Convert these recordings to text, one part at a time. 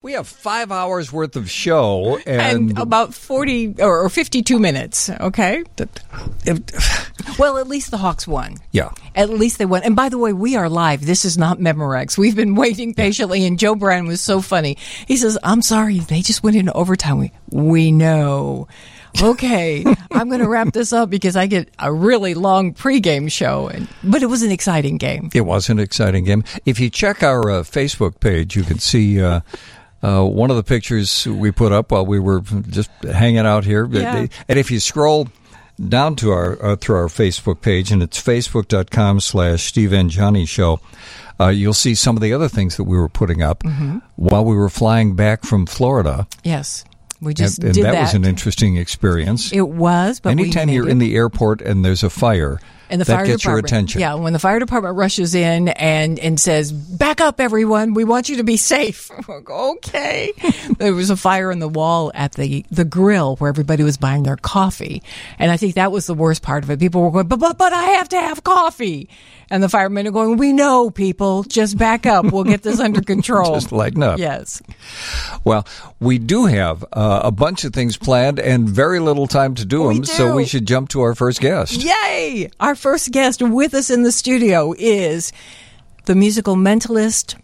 We have five hours worth of show and, and uh, about 40 or or 52 minutes, okay? if- Well, at least the Hawks won. yeah. At least they won. And by the way, we are live. This is not Memorex. We've been waiting patiently, and Joe Bryan was so funny. He says, I'm sorry, they just went into overtime. We, we know. Okay, I'm going to wrap this up because I get a really long pregame show. And, but it was an exciting game. It was an exciting game. If you check our uh, Facebook page, you can see uh, uh, one of the pictures we put up while we were just hanging out here. But- Yeah. And if you scroll down to our uh, through our Facebook page, and it's facebook.com slash Steve and Johnny Show, uh, you'll see some of the other things that we were putting up Mm-hmm. while we were flying back from Florida. Yes, we And, just and did that, that. was an interesting experience. it was, but Anytime we you're made in it. the airport and there's a fire, And the that fire gets your department, attention. Yeah, when the fire department rushes in and and says, "Back up, everyone! We want you to be safe." I'm like, okay. there was a fire in the wall at the the grill where everybody was buying their coffee, and I think that was the worst part of it. People were going, "But but but I have to have coffee," and the firemen are going, "We know, people, just back up. We'll get this under control." Just lighten up. Yes. Well, we do have uh, a bunch of things planned and very little time to do We them, so do. we should jump to our first guest. Yay! Our first guest with us in the studio is the musical mentalist,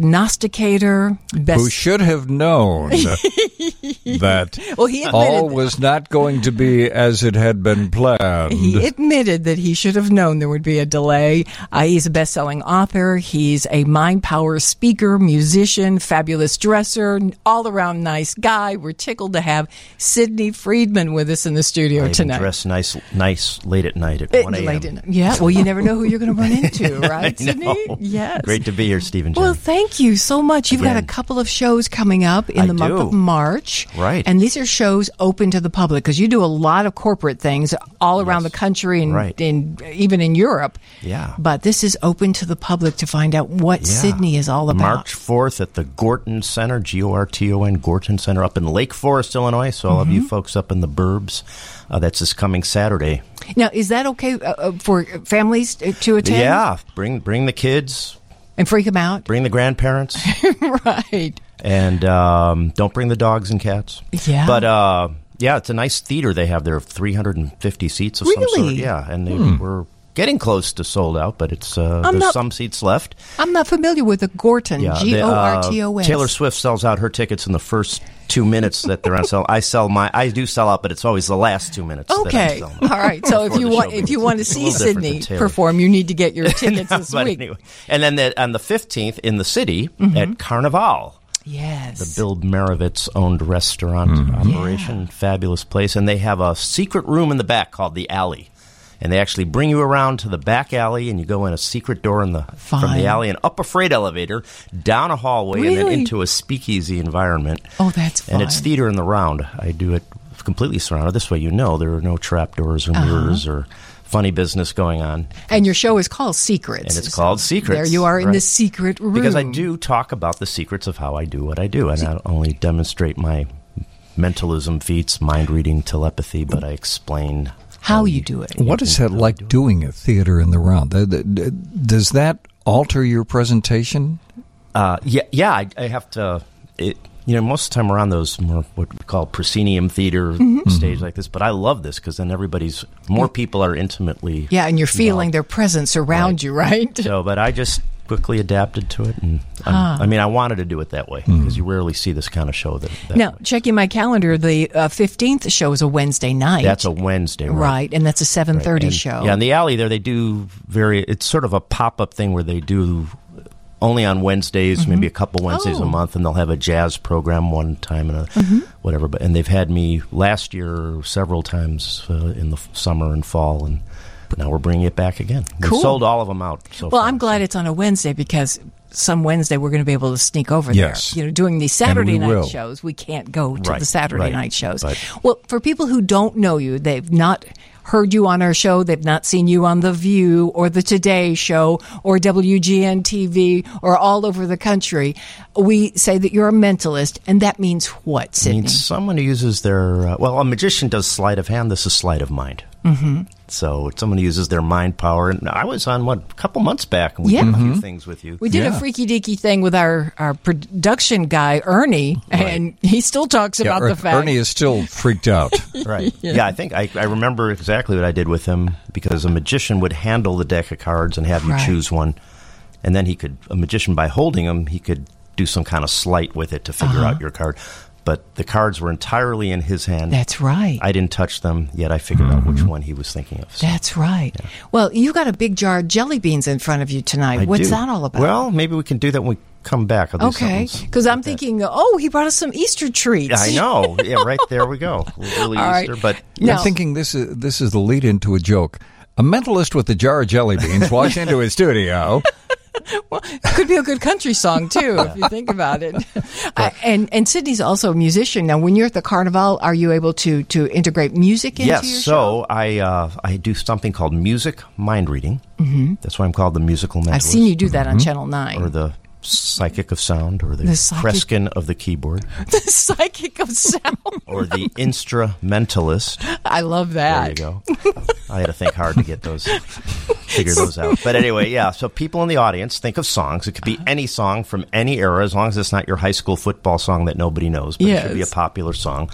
prognosticator, best. Who should have known that Well, he admitted all that. was not going to be as it had been planned? he admitted that he should have known there would be a delay. Uh, he's a best-selling author. He's a mind power speaker, musician, fabulous dresser, all-around nice guy. We're tickled to have Sidney Friedman with us in the studio I even tonight. Dress nice, nice late at night at Bit one a.m. late in- yeah. Well, you never know who you're going to run into, right, I know. Sidney? Yes. Great to be here, Stephen. Well, thank you so much. You've got a Again. couple of shows coming up in I the month do. of March. Right. And these are shows open to the public because you do a lot of corporate things all around the country and, Right. and even in Europe. Yeah. But this is open to the public to find out what Sydney is all about. March fourth at the Gorton Center, G O R T O N Gorton Center, up in Lake Forest, Illinois. So all of Mm-hmm. you folks up in the burbs, uh, that's this coming Saturday. Now, is that okay uh, uh, for families to- to attend? Yeah, bring bring the kids, And freak them out? bring the grandparents, right. and um, don't bring the dogs and cats. Yeah. but. Uh, yeah, it's a nice theater they have there, 350 seats of some sort. Really? Hmm. Yeah, and they, we're getting close to sold out, but it's uh, there's not- some seats left. I'm not familiar with the Gorton, Yeah, G they, O uh, R T O N. Taylor Swift sells out her tickets in the first two minutes that they're on sale. I sell my, I do sell out, but it's always the last two minutes. That I'm Okay. selling All right. So if Before you the want show if you begins. want to It's a see little different than Sydney Taylor. perform, you need to get your tickets this But week. anyway, and then the, on the fifteenth in the city Mm-hmm. at Carnival. Yes. Bill Maravitz's owned restaurant operation, fabulous place, and they have a secret room in the back called the alley, and they actually bring you around to the back alley, and you go in a secret door in the from Fine. the alley and up a freight elevator, down a hallway, and Really? then into a speakeasy environment. Oh, that's and it's fun. theater in the round. I do it completely surrounded. This way, you know there are no trapdoors Uh-huh. or mirrors or funny business going on. and your show is called Secrets. And it's called Secrets, There you are in right. the secret room. Because I do talk about the secrets of how I do what I do, and not only demonstrate my mentalism feats, mind reading, telepathy, but I explain How you do it. What is that like doing a theater in the round? Th- th- th- Does that alter your presentation? Uh, yeah, yeah. I, I have to. It, you know, most of the time around those more what we call proscenium theater Mm-hmm. stage like this, but I love this because then everybody's more people are intimately. Yeah, and you're feeling their presence around you, right? So, but I just quickly adapted to it, and Ah. I'm- I mean, I wanted to do it that way Mm. because you rarely see this kind of show. That, that Now, checking my calendar, the uh, 15th show is a Wednesday night. that's a Wednesday, right? right, and that's a 7:30 And- show. Yeah, in the alley there, they do very. It's sort of a pop up thing where they do only on Wednesdays, maybe a couple Wednesdays Mm-hmm. Oh. Mm-hmm. a month, and they'll have a jazz program one time and a whatever. But and they've had me last year several times uh, in the f- summer and fall, and now we're bringing it back again. Cool. We sold all of them out. So well, far. I'm glad it's on a Wednesday because some Wednesday we're going to be able to sneak over Yes. there. You know, doing these Saturday we night will. shows, we can't go to Right, the Saturday right, night shows. right. Well, for people who don't know you, they've not heard you on our show, they've not seen you on The View or The Today Show or WGN TV or all over the country. we say that you're a mentalist, and that means what, I Sydney? mean, someone who uses their uh, well, a magician does sleight of hand. This is sleight of mind. Mm-hmm. So it's someone who uses their mind power. And I was on what a couple months back, and we Yeah. Mm-hmm. did a few things with you. we did Yeah. a freaky deaky thing with our, our production guy, Ernie, and he still talks Yeah, about Er- the fact. Ernie is still freaked out. right? Yeah. I think I, I remember exactly what I did with him because a magician would handle the deck of cards and have you Right. choose one, and then he could a magician by holding them he could do some kind of sleight with it to figure Uh-huh. out your card. But the cards were entirely in his hand. That's right. I didn't touch them yet. I figured out Mm-hmm. which one he was thinking of. So. That's right. Well, you got a big jar of jelly beans in front of you tonight. I What's do. that all about? Well, maybe we can do that when we come back. I'll do okay, something s- because I'm thinking, oh, he brought us some Easter treats. Yeah, I know. Yeah, right there we go. Really All right. Easter, but No. I'm thinking this is this is the lead into a joke. A mentalist with a jar of jelly beans walks into his studio. Could be a good country song too, if you think about it. I, and and Sydney's also a musician. Now, when you're at the carnival, are you able to to integrate music into yes, your show? so I uh, I do something called music mind reading. Mm-hmm. That's why I'm called the musical mentalist, I've seen you do that on Channel Nine. Mm-hmm. or the psychic of sound, or the, The psychic- Kreskin of the keyboard, the psychic of sound. or the instrumentalist. I love There that. you go. I had to think hard to get those, figure those out. But anyway, yeah. So people in the audience think of songs. It could be any song from any era, as long as it's not your high school football song that nobody knows. But it should be a Yes. popular song,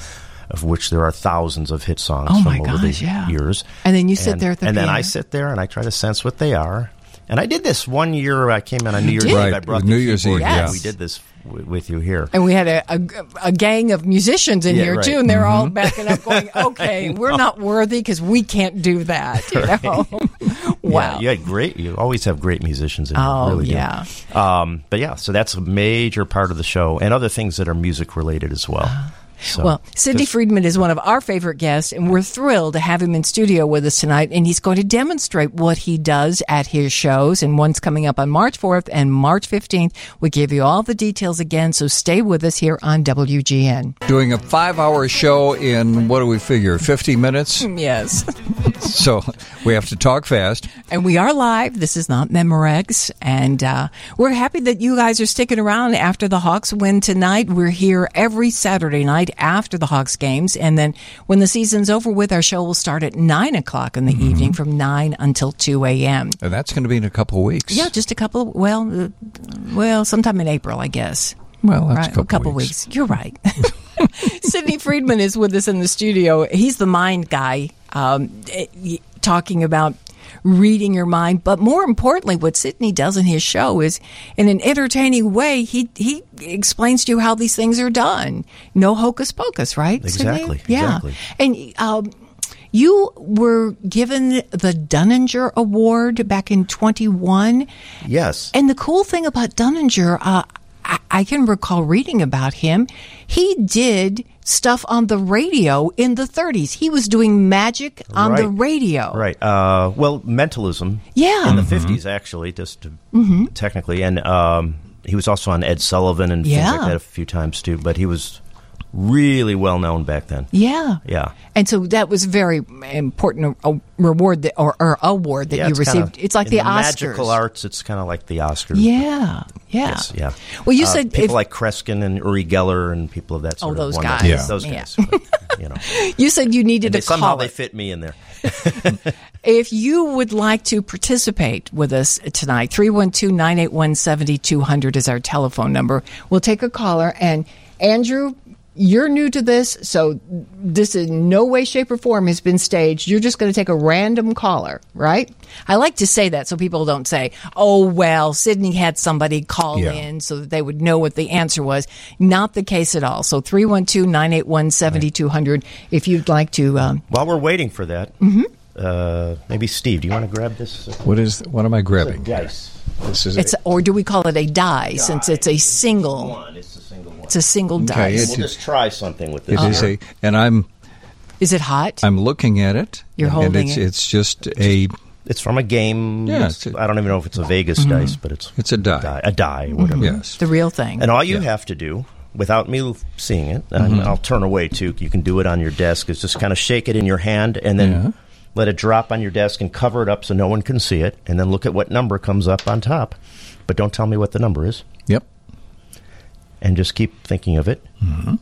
of which there are thousands of hit songs Oh from my over gosh, the yeah. years. And then you sit And- there at the and then I piano. sit there and I try to sense what they are. And I did this one year. I came in on New Year's did? Eve. Right, I brought with the New Year's keyboard. Eve, Yes. We did this w- with you here. And we had a, a, a gang of musicians in Yeah, here right. Mm-hmm. too, and they're all backing up, going, "Okay, we're not worthy because we can't do that." You know? wow. Yeah, you had great. You always have great musicians in here. Oh, really do. yeah. Um, but yeah, so that's a major part of the show, and other things that are music related as well. So, Uh, Well, Cindy Friedman is one of our favorite guests, and we're thrilled to have him in studio with us tonight. And he's going to demonstrate what he does at his shows. And one's coming up on March 4th and March 15th. We give you all the details again, so stay with us here on WGN. Doing a five hour show in, what do we figure, 50 minutes? Yes. So we have to talk fast. And we are live. This is not Memorex. And uh, we're happy that you guys are sticking around after the Hawks win tonight. We're here every Saturday night after the Hawks games. And then when the season's over with, our show will start at 9 o'clock in the evening from 9 until 2 a.m. And that's going to be in a couple of weeks. Yeah, just a couple. Well, uh, well, sometime in April, I guess. Well, that's Right, a couple, weeks. You're right. Sydney Friedman is with us in the studio. He's the mind guy, um, eh, y- talking about reading your mind. But more importantly, what Sydney does in his show is, in an entertaining way, he he explains to you how these things are done. No hocus pocus, right? Sydney? Exactly, Yeah. exactly. And. Um, you were given the Dunninger Award back in 21. yes, And the cool thing about Dunninger, uh, I, I can recall reading about him. He did stuff on the radio in the 30s. He was doing magic on the Right. radio. Mm-hmm. right. Uh, well, mentalism. Yeah. in the 50s actually, just to, Mm-hmm. technically, and um, he was also on Ed Sullivan and things Yeah. like that a few times too. But he was really well known back then. Yeah. Yeah. And so that was very important a, a reward that, or, or award that Yeah, you it's kinda- received. it's like in the, the Oscars. magical arts. It's kind of like the Oscars. Yeah. Yeah. Yes, yeah. Well, you Uh, said people if, like Kreskin and Uri Geller and people of that sort Oh, of those wonderful- guys. Yeah. those Yeah. guys. But, you know, you said you needed and to they, a call. somehow it. they fit me in there. If you would like to participate with us tonight, 312 981 7200 is our telephone number. We'll take a caller. And Andrew, you're new to this, so this in no way, shape, or form has been staged. You're just going to take a random caller, right? I like to say that so people don't say, oh, well, Sydney had somebody call Yeah. in so that they would know what the answer was. Not the case at all. So 312 981 7200 if you'd like to. Um, While we're waiting for that, Mm-hmm. uh, maybe Steve, do you want to grab this uh, What is? What am I grabbing? dice? This is It's or do we call it a die, since it's a single? One, it's a single one. It's a single die. it's- We'll just try something with this. It Uh-huh. is a, and I'm Is it hot? I'm looking at it. You're and holding it's, it. It's just a It's from a game. Yeah, it's- it's a- Mm-hmm. I don't even know if it's a Vegas Mm-hmm. dice, but it's It's a die. Mm-hmm. a die, whatever. yes. the real thing. And all you have to do, without me seeing it, and Mm-hmm. I'll turn away too. You can do it on your desk. Is just kind of shake it in your hand and then Yeah. let it drop on your desk and cover it up so no one can see it, Mm-hmm. and then look at what number comes up on top. But don't tell me what the number is. Yep. and just keep thinking of it. Mm-hmm.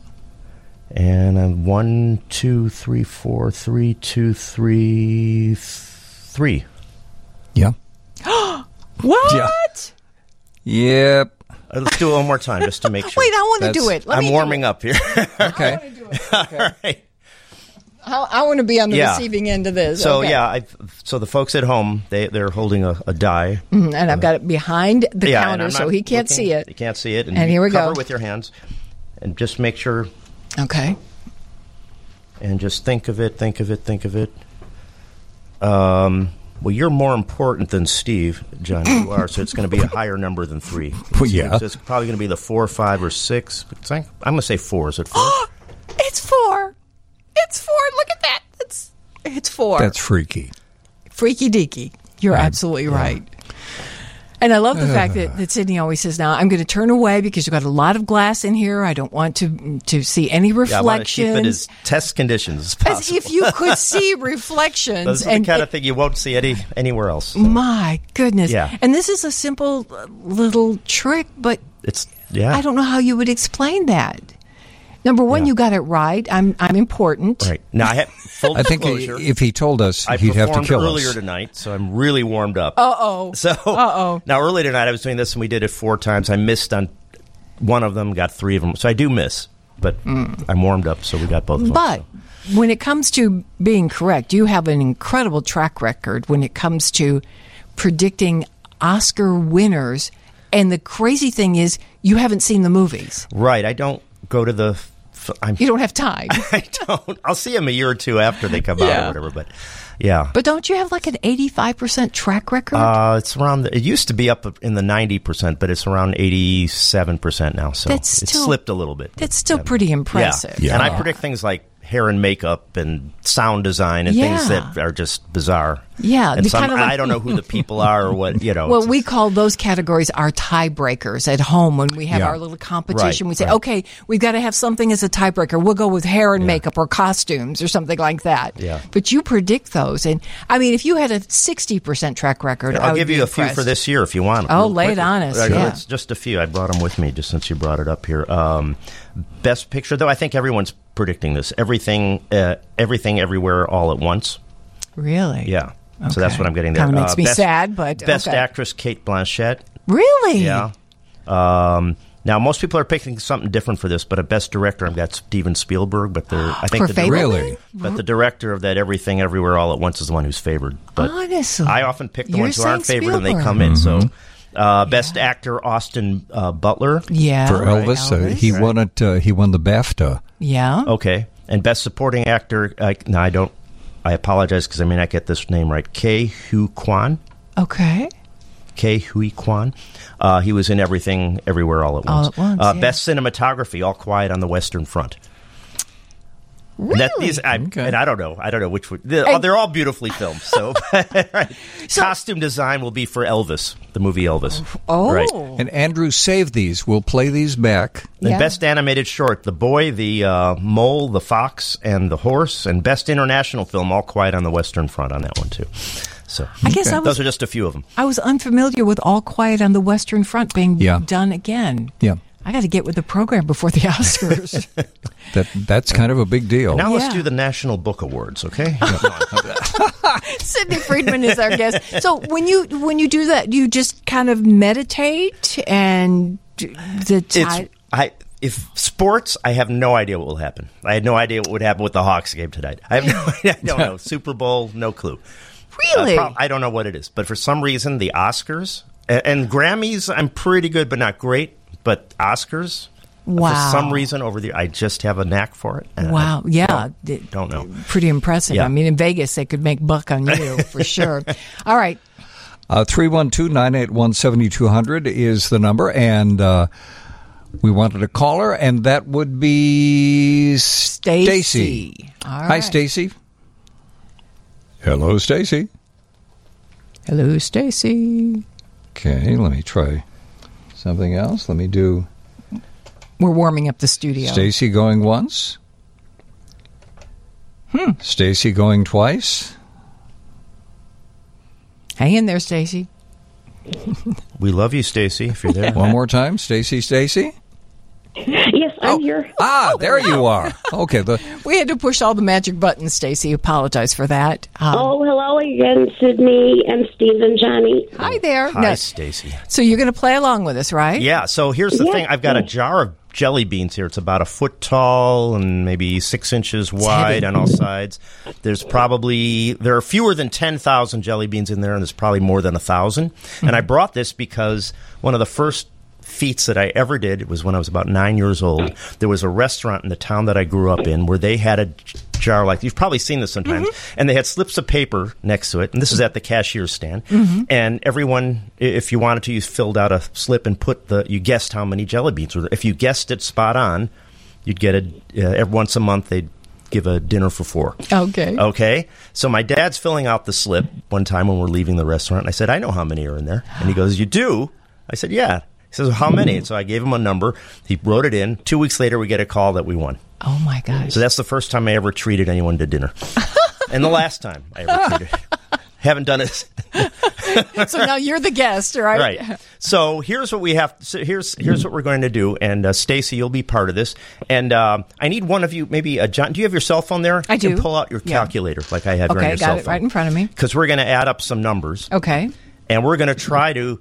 And I'm one, two, three, four, three, two, three, th- three. Yeah. What? Yeah. Yep. Uh, Let's do it one more time just to make sure. Wait, I want to do That's- it. Let I'm me warming up here. Okay. All right. I, I want to be on the Yeah. receiving end of this. So Okay. yeah, I, so the folks at home they they're holding a, a die. Mm, and I've got it behind the yeah, and counter, I'm so not he can't looking. see He it. can't see it. And here we cover go. with your hands, and just make sure Okay. and just think of it, think of it, think of it. Um, well, you're more important than Steve, John. You are, so it's going to be a higher number than three. Well, yeah. it's, it's probably going to be the four, five, or six. It's like- I'm going to say four. Is it four? It's four. It's four. Look at that. It's it's four. That's freaky. freaky deaky. You're absolutely right. And I love the fact that, that Sydney always says, "Now I'm going to turn away because you've got a lot of glass in here. I don't want to to see any yeah, I want to keep reflections." it as test conditions as possible. as if you could see reflections. Those are the and Mm. kind of thing you won't see any anywhere else. So my goodness! Yeah. And this is a simple uh, little trick, but It's yeah. I don't know how you would explain that. Number one, Yeah. you got it right. I'm I'm important. Right now, I have full I think disclosure. if he told us, I he'd have to performed kill earlier us. tonight, so I'm really warmed up. Uh oh. So, Uh-oh. Now, earlier tonight, I was doing this, and we did it four times. I missed on one of them, got three of them. So I do miss, but I'm warmed up, so we got both of Mm. them. But so. when it comes to being correct, you have an incredible track record when it comes to predicting Oscar winners. And the crazy thing is, you haven't seen the movies. right, I don't go to the. f- I'm, You don't have time. I don't. I'll see them a year or two after they come out Yeah. or whatever. But yeah, but don't you have like an 85% track record? uh, it's around. The, it used to be up in the ninety percent, but it's around eighty-seven percent now. So That's it still- slipped a little bit. That's still pretty impressive. Yeah. And I predict things like hair and makeup and sound design and things Yeah. that are just bizarre. Yeah, And the some, kind of like- I don't know who the people are or what, you know. Well, it's we just- call those categories our tiebreakers at home when we have Yeah. our little competition. Right, we say, right. okay, we've got to have something as a tiebreaker. We'll go with hair and makeup or costumes or something like that. Yeah. But you predict those. And I mean, if you had a 60% track record, I I'll would give be you a few impressed. for this year if you want. Oh, real lay it quickly. on us, Uh, yeah. it's just a few. I brought them with me just since you brought it up here. Um, best picture, though. I think everyone's predicting this. Everything, uh, everything, everywhere, all at once. Really? Yeah. So that's Okay. what I'm getting there. Kinda makes Uh, me best- sad, but best okay. actress Kate Blanchett. Really? Yeah. Um, now most people are picking something different for this, but a best director I've got Steven Spielberg, but they're I think For the director, Fableman? Really? but the director of that Everything Everywhere All at Once is the one who's favored. But Honestly. I often pick the Ah, You're ones who aren't saying favored and they Spielberg. come in. So uh, best actor Austin uh, Butler. Yeah. For Elvis, uh, he won it. Uh, he won the BAFTA. Yeah. Okay, and best supporting actor. Uh, no, I don't. I apologize because I may not get this name right. K. Hu Kwan. Okay. K. Hui Kwan. Uh, he was in Everything, Everywhere, All at All Once. at Once, uh, yeah. Best cinematography, All Quiet on the Western Front. Really? That, these, I, Okay. And I don't know. I don't know which one. They're, oh, they're all beautifully filmed. So, right. costume design will be for Elvis, the movie Elvis. Oh. Right. And Andrew saved these. We'll play these back. And Yeah. best animated short: The Boy, the uh, Mole, the Fox, and the Horse. And best international film: All Quiet on the Western Front on that one too. So I guess I was those are just a few of them. I was unfamiliar with All Quiet on the Western Front being Yeah. done again. Yeah. I got to get with the program before the Oscars. That that's kind of a big deal. Now Yeah. let's do the National Book Awards, okay? Sydney Friedman is our guest. So when you when you do that, you just kind of meditate and d- the it's uh, time. I if sports, I have no idea what will happen. I had no idea what would happen with the Hawks game tonight. I have no idea. I don't know. Super Bowl, no clue. Uh, Really? prob- I don't know what it is, but for some reason, the Oscars and, and Grammys, I'm pretty good, but not great. But Oscars, Wow. for some reason, over the I just have a knack for it. and I Wow. Yeah. D- don't know. Pretty impressive. Yeah. I mean, in Vegas, they could make buck on you for sure. All right. Uh, Three one two nine eight one seventy two hundred is the number, and uh, we wanted a caller, and that would be Stacy. Stacy. All Hi, right. Stacy. Hello, Stacy. Hello, Stacy. Okay, let me try something else. Let me do We're warming up the studio. Stacy going once. Hmm. Stacy going twice. Hang in there, Stacy. We love you, Stacy. If you're there, One more time, Stacy. Stacy. Yes, I'm here. Oh, Ah, there you are. Okay, the, We had to push all the magic buttons, Stacy. Apologize for that. Um, Oh, hello again, Sydney and Steve and Johnny. Hi there. Hi, No, Stacy. so you're going to play along with us, right? Yeah, so here's the thing. I've got a jar of jelly beans here. It's about a foot tall and maybe six inches wide on all sides. There's probably there are fewer than ten thousand jelly beans in there, and there's probably more than a 1000 And I brought this because one of the first feats that I ever did was when I was about nine years old. There was a restaurant in the town that I grew up in where they had a j- jar like you've probably seen this sometimes, and they had slips of paper next to it. And this is at the cashier stand, and everyone, i- if you wanted to, you filled out a slip and put the you guessed how many jelly beans were there. If you guessed it spot on, you'd get a uh, every once a month they'd give a dinner for four. Okay. Okay. So my dad's filling out the slip one time when we're leaving the restaurant. And I said, I know how many are in there. And he goes, You do? I said, Yeah. He says, How many? And so I gave him a number. He wrote it in. Two weeks later, we get a call that we won. Oh my gosh. So that's the first time I ever treated anyone to dinner. and the last time I ever treated. Haven't done it so now you're the guest, right? right. So here's what we have. So here's here's what we're going to do. And uh, Stacy, you'll be part of this. And uh, I need one of you, maybe uh, John. Do you have your cell phone there? I You can do. pull out your Yeah. calculator, like I have Okay, here on your got cell it phone, right in front of me. Because we're going to add up some numbers, Okay. and we're going to try to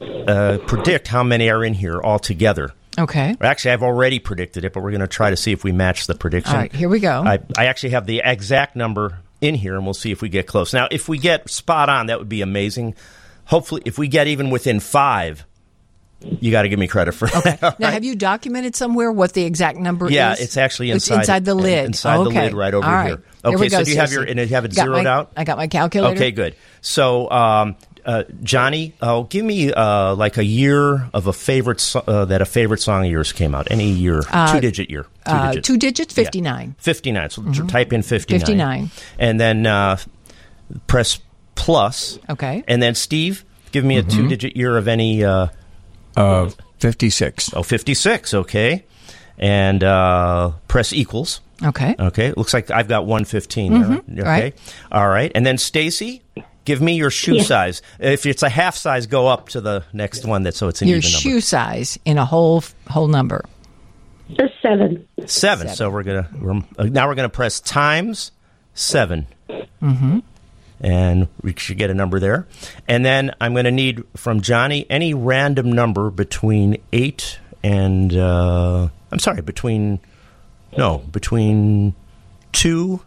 uh, predict how many are in here altogether. Okay. Actually, I've already predicted it, but we're going to try to see if we match the prediction. All right, here we go. I, I actually have the exact number in here, and we'll see if we get close. Now, if we get spot on, that would be amazing. Hopefully, if we get even within five, you got to give me credit for okay. that. Now, have you documented somewhere what the exact number Yeah, is? it's actually It's inside- inside the in- lid. inside the okay. lid right over All right. here. There Okay, we so go, do you have Susie. your- and you have it Got zeroed my- out? I got my calculator. Okay, good. So, um, uh, Johnny, oh, give me uh, like a year of a favorite so- uh, that a favorite song of yours came out. Any year, two digit year, two Uh, digit. two digits, 59. 59. So Mm-hmm. j- type in 59. 59. And then uh, press plus. Okay. Mm-hmm. And then, Steve, give me a two digit year of any. Uh, uh, 56. oh, 56. Okay. And uh, press equals. Okay. Okay. Looks like I've got 115. there. Okay. Mm-hmm. Right. All right. And then, Stacy. Give me your shoe size. If it's a half size, go up to the next one. That so it's an Your even shoe number. size in a whole whole number. The seven. Seven. So we're gonna we're, uh, now we're gonna press times seven, mm-hmm. and we should get a number there. And then I'm gonna need from Johnny any random number between eight and uh, I'm sorry between no between two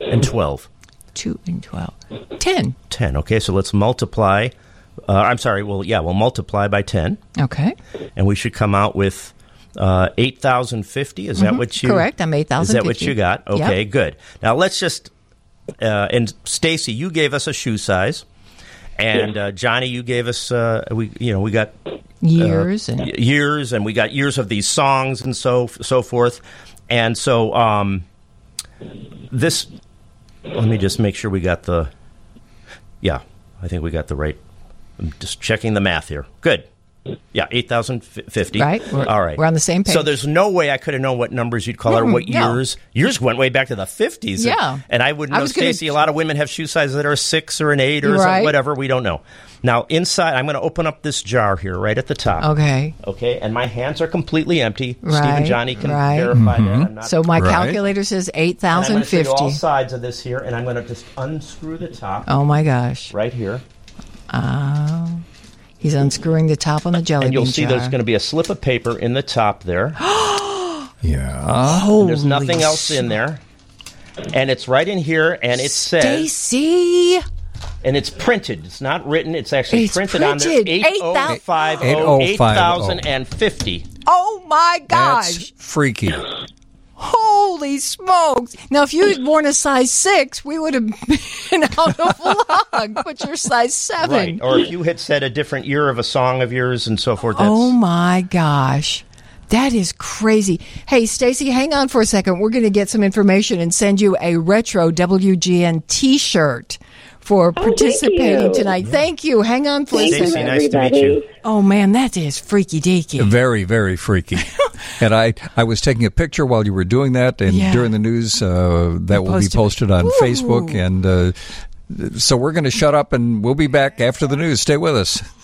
and twelve. 2 and 12. 10. 10 okay so let's multiply uh, i'm sorry well yeah we'll multiply by 10 Okay. and we should come out with uh, 8,050. Is that what you Mm-hmm. Correct. I'm Is that what 8,050. you got? Yep. Okay, good. Now let's just uh, and Stacy, you gave us a shoe size, and uh, Johnny, you gave us uh, we you know we got Years y- and years and we got years of these songs and so so forth, and so um, this. Let me just make sure we got the. Yeah, I think we got the right. I'm just checking the math here. Good. Yeah, 8,050. Right, we're- All right. we're on the same So page. there's no way I could have known what numbers you'd call or what no. years. Yours went way back to the 50s. and- Yeah. And, I wouldn't I know, was gonna- Stacy, a lot of women have shoe sizes that are a six or an eight or some- Right. whatever. We don't know. Now, inside, I'm going to open up this jar here right at the top. Okay. Okay, and my hands are completely empty. Steve Right, and Johnny can right. verify that. I'm not, So my Right. calculator says and I'm going to show you 8,050. all sides of this here, and I'm going to just unscrew the top Oh my gosh. right here, He's unscrewing the top on the jelly and you'll bean see jar. there's going to be a slip of paper in the top there. Yeah. Oh, There's nothing else in there, and it's right in here, and it says, Stacy. and it's printed. It's not written. It's actually It's printed, on there. printed. Eight oh five oh eight 8050. thousand and fifty. Oh my gosh. That's freaky. Holy smokes. Now, if you had worn a size six, we would have been out of luck, but you're size seven. Right, or if you had said a different year of a song of yours and so forth. That's, Oh my gosh. That is crazy. Hey, Stacy, hang on for a second. We're going to get some information and send you a retro WGN t shirt for Oh, thank participating you. tonight. Thank you. Hang on for a Thank Stacy, you, second. nice to meet everybody. you. Oh, man, that is freaky deaky. Very, very freaky. and I, I was taking a picture while you were doing that, and Yeah. during the news, uh, that will be Posted. posted on Ooh. Facebook. And uh, so we're going to shut up and we'll be back after the news. Stay with us.